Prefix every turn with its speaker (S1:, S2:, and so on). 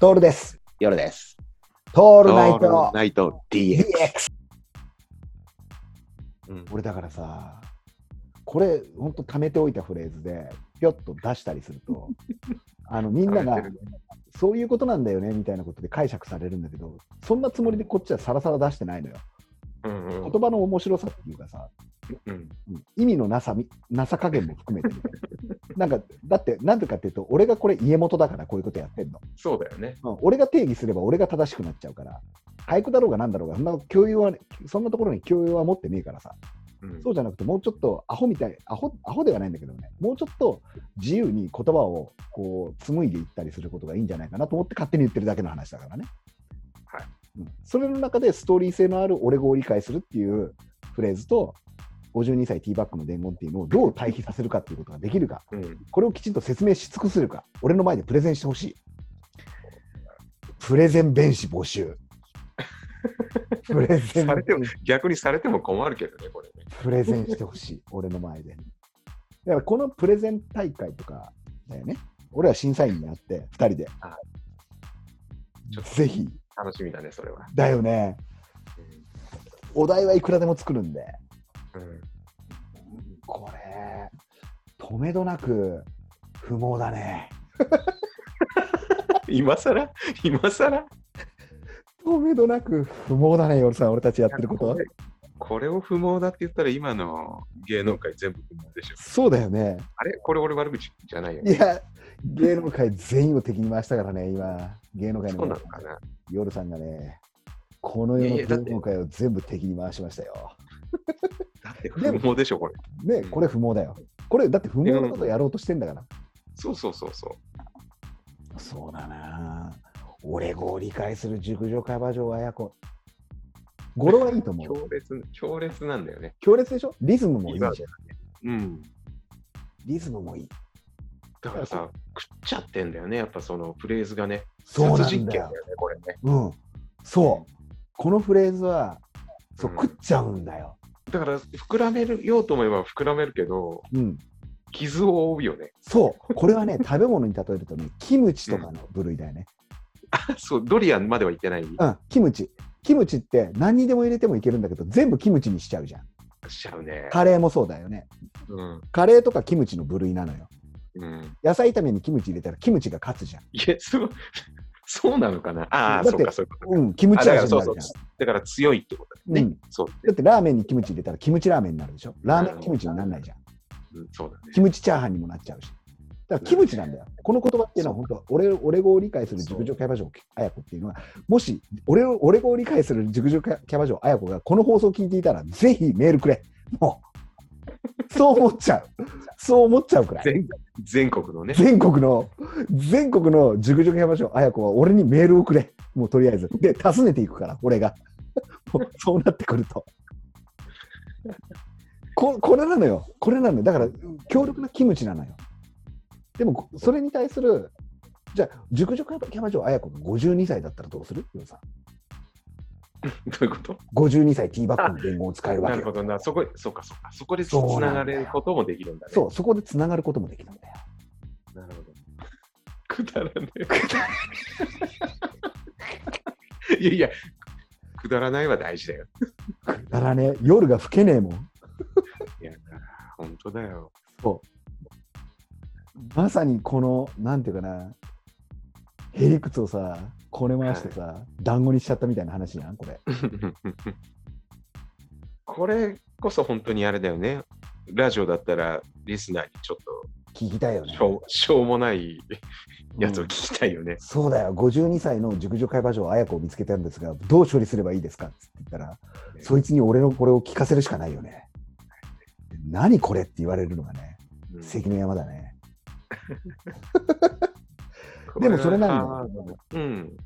S1: トールです。
S2: 夜です。
S1: ト
S2: オ
S1: ールナイト
S2: ナイト
S1: DX。
S2: DX。うん
S1: 俺だからさ、これ、ほんと貯めておいたフレーズで、ぴょっと出したりする と、あのみんな
S2: 貯
S1: が
S2: めてる、
S1: そういうことなんだよねみたいなことで解釈されるんだけど、そんなつもりでこっちはさらさら出してないのよ。
S2: うんうん
S1: 言葉の面白さっていうかさ、
S2: うん
S1: うん意味のなさみ、なさ加減も含めてみたい な。なんか、だって、なんでかっていうと、俺がこれ家元だからこういうことやってんの。
S2: そうだよね。
S1: うん、俺が定義すれば俺が正しくなっちゃうから、俳句だろうがなんだろうが、そんな共有は、そんなところに共有は持ってねえからさ、
S2: うん
S1: そうじゃなくて、もうちょっとアホみたい、アホアホではないんだけどね、もうちょっと自由に言葉をこう紡いでいったりすることがいいんじゃないかなと思って勝手に言ってるだけの話だからね。
S2: はい
S1: うん、それの中でストーリー性のある俺語を理解するっていうフレーズと、52歳ティーバックの伝言っていうのをどう対比させるかっていうことができるか、
S2: うん
S1: これをきちんと説明し尽くせるか、俺の前でプレゼンしてほしい。プレゼン弁士募 集。プレゼン
S2: されても逆にされても困るけどね、これね。
S1: プレゼンしてほしい、 俺の前で。だからこのプレゼン大会とかだよね。俺は審査員になって、2人で
S2: は。ちょっと
S1: ぜひ、
S2: 楽しみだね、それは。
S1: だよね。お題はいくらでも作るんで、
S2: うん
S1: これ、とめどなく不毛だね。
S2: 今さら今さら
S1: とめどなく不毛だね、夜さん、俺たちやってること
S2: こ。れこれを不毛だって言ったら今の芸能界全部不毛でしょ。
S1: そうだよね。
S2: あれこれ俺悪口じゃないよ
S1: い
S2: ね。
S1: や、芸能界全員を敵に回したからね、今、芸能界
S2: そうな
S1: の
S2: のかな
S1: 夜さんがね、この世の
S2: いやいやだって
S1: 芸能界を全部敵に回しましたよ。
S2: だって不毛でしょ、これ。
S1: ね、
S2: うん
S1: これ不毛だよ。これ、だって不毛なことやろうとしてんだから。
S2: そうそうそうそう。
S1: そうだなぁ俺語を理解する熟女会話上綾子。語呂はいいと思う。
S2: 強烈強烈なんだよね。
S1: 強烈でしょリズムもいいじゃん
S2: い。うん。
S1: リズムもいい。
S2: だからさ、食っちゃってんだよね、やっぱそのフレーズがね。
S1: そうな
S2: 殺
S1: ん
S2: 人
S1: だ
S2: だよ
S1: よ
S2: ね。、これね。
S1: うん。そう。このフレーズは、そう、
S2: うん
S1: 食っちゃうんだよ。
S2: だから、膨らめるようと思えば膨らめるけど、
S1: うん。
S2: 傷を負うよね。
S1: そう、これはね、 食べ物に例えるとね、キムチとかの部類だよね。
S2: そう、ドリアンまではいってない。
S1: うん、キムチ。キムチって何にでも入れてもいけるんだけど、全部キムチにしちゃうじゃん。
S2: しちゃうね。
S1: カレーもそうだよね。
S2: うん。
S1: カレーとかキムチの部類なのよ。
S2: うん。
S1: 野菜炒めにキムチ入れたらキムチが勝つじゃん。
S2: いや、そう、 そうなのかな。ああ、
S1: だっ
S2: そ
S1: て
S2: うか、そうか。
S1: うん、キム
S2: あ
S1: チ
S2: だから
S1: 味
S2: そ
S1: に
S2: う
S1: な
S2: そ
S1: る
S2: う
S1: じゃん。。
S2: だから強いってことだ
S1: う
S2: よね
S1: ん。
S2: そう
S1: だってラーメンにキムチ入れたらキムチラーメンになるでしょ。ラーメンキムチにならないじゃん。
S2: うんそうだね。
S1: キムチチャーハンにもなっちゃうし。だからキムチなんだよ。この言葉っていうのは本当、俺俺語を理解する熟女キャバ嬢綾子っていうのは、もし俺を俺語を理解する熟女キャバ嬢綾子がこの放送を聞いていたら、ぜひメールくれ。もう、そう思っちゃう。そう思っちゃうくらい。
S2: 全全国のね。
S1: 全国の、全国の熟女キャバ嬢綾子は俺にメールをくれ。もうとりあえず。で、訪ねていくから、俺が。もうそうなってくると。ここれなのよ。これなのよ。だから、強力なキムチなのよ。でも、こそれに対する、じゃあ、熟女キャバ嬢綾子が52歳だったらどうするヨウさん
S2: どういうこと
S1: ?52 歳ティーバッグの言語を使えるわ
S2: な
S1: け
S2: るほ
S1: よ。
S2: どな。そこ、そうか、そうか。そこでつ
S1: そうな
S2: なん
S1: だよ
S2: がれることもできるんだね。
S1: そう、そこでつながることもできるんだよ。
S2: なるほど。くだらねえ。 いやいや、くだらないは大事だよ。
S1: くだらねえ、夜が更けねえもん。
S2: いや、本当だ よ。
S1: そう。まさにこの、なんていうかな、へりくつをさ、こね回してさ、団子にしちゃったみたいな話やん、これ。
S2: これこそ本当にあれだよね。ラジオだったらリスナーにちょっと
S1: 聞きたいよね
S2: し。ょうしょうもないやつを
S1: う
S2: 聞
S1: ん
S2: きたいよね。
S1: そうだよ、52歳の熟女会場嬢、綾子を見つけたんですが、どう処理すればいいですかって言ったら、そいつに俺のこれを聞かせるしかないよね。何これって言われるのがね、
S2: うん
S1: 関の山だね。でもそれなんだよ
S2: これはうん。